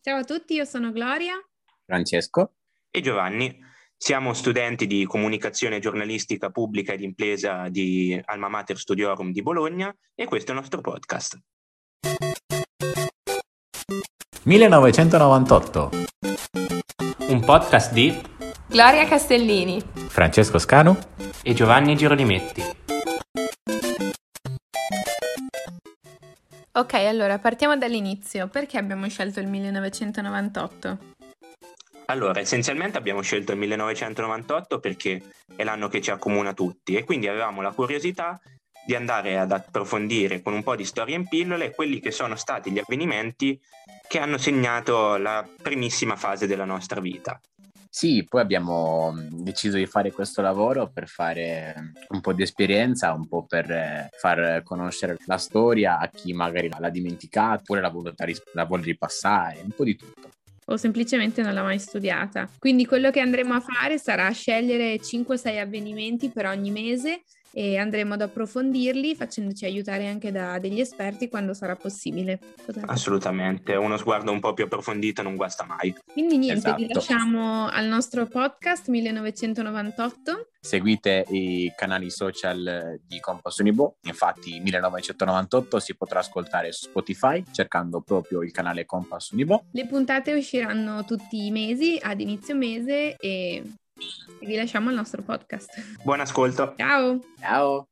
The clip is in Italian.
Ciao a tutti, io sono Gloria. Francesco. e Giovanni. Siamo studenti di comunicazione giornalistica pubblica ed impresa di Alma Mater Studiorum di Bologna e questo è il nostro podcast. 1998. un podcast di Gloria Castellini. Francesco Scanu. e Giovanni Girolimetti. Ok, allora Partiamo dall'inizio. Perché abbiamo scelto il 1998? Allora, essenzialmente abbiamo scelto il 1998 perché è l'anno che ci accomuna tutti e quindi avevamo la curiosità di andare ad approfondire con un po' di storia in pillole quelli che sono stati gli avvenimenti che hanno segnato la primissima fase della nostra vita. Sì, poi abbiamo mh, deciso di fare questo lavoro per fare mh, un po' di esperienza, un po' per eh, far conoscere la storia a chi magari l'ha dimenticata oppure l'ha voluta ris- la vuole ripassare, un po' di tutto. O semplicemente non l'ho mai studiata. Quindi quello che andremo a fare sarà scegliere 5-6 avvenimenti per ogni mese e andremo ad approfondirli facendoci aiutare anche da degli esperti quando sarà possibile. Cosa- Ah, Assolutamente, uno sguardo un po' più approfondito non guasta mai. Quindi niente, vi Esatto. lasciamo al nostro podcast 1998. Seguite i canali social eh, di Compass Unibo, infatti 1998 si potrà ascoltare su Spotify cercando proprio il canale Compass Unibo. Le puntate usciranno tutti i mesi, ad inizio mese e vi lasciamo al nostro podcast. Buon ascolto! Ciao! Ciao!